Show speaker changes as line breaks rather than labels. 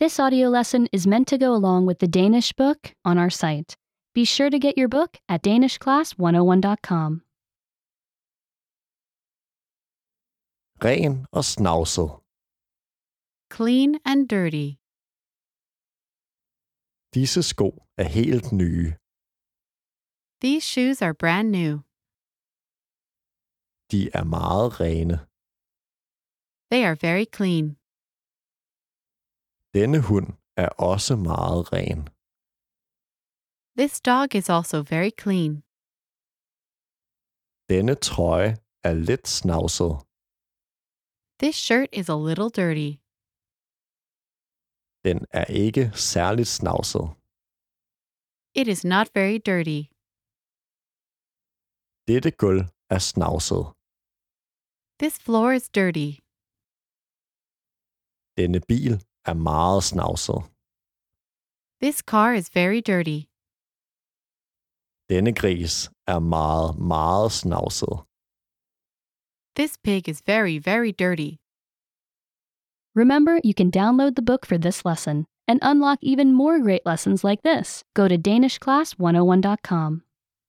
This audio lesson is meant to go along with the Danish book on our site. Be sure to get your book at danishclass101.com.
ren og snavset.
Clean and dirty.
Disse sko er helt nye.
These shoes are brand new.
De er meget rene.
They are very clean.
Denne hund er også meget ren.
This dog is also very clean.
Denne trøje er lidt snavset.
This shirt is a little dirty.
Den er ikke særligt snavset.
It is not very dirty.
Dette gulv er snavset.
This floor is dirty.
Denne bil er meget snavset.
This car is very dirty.
Denne gris er meget, meget snavset.
This pig is very, very dirty.
Remember, you can download the book for this oh lesson and unlock even more great lessons like this. Go to danishclass101.com.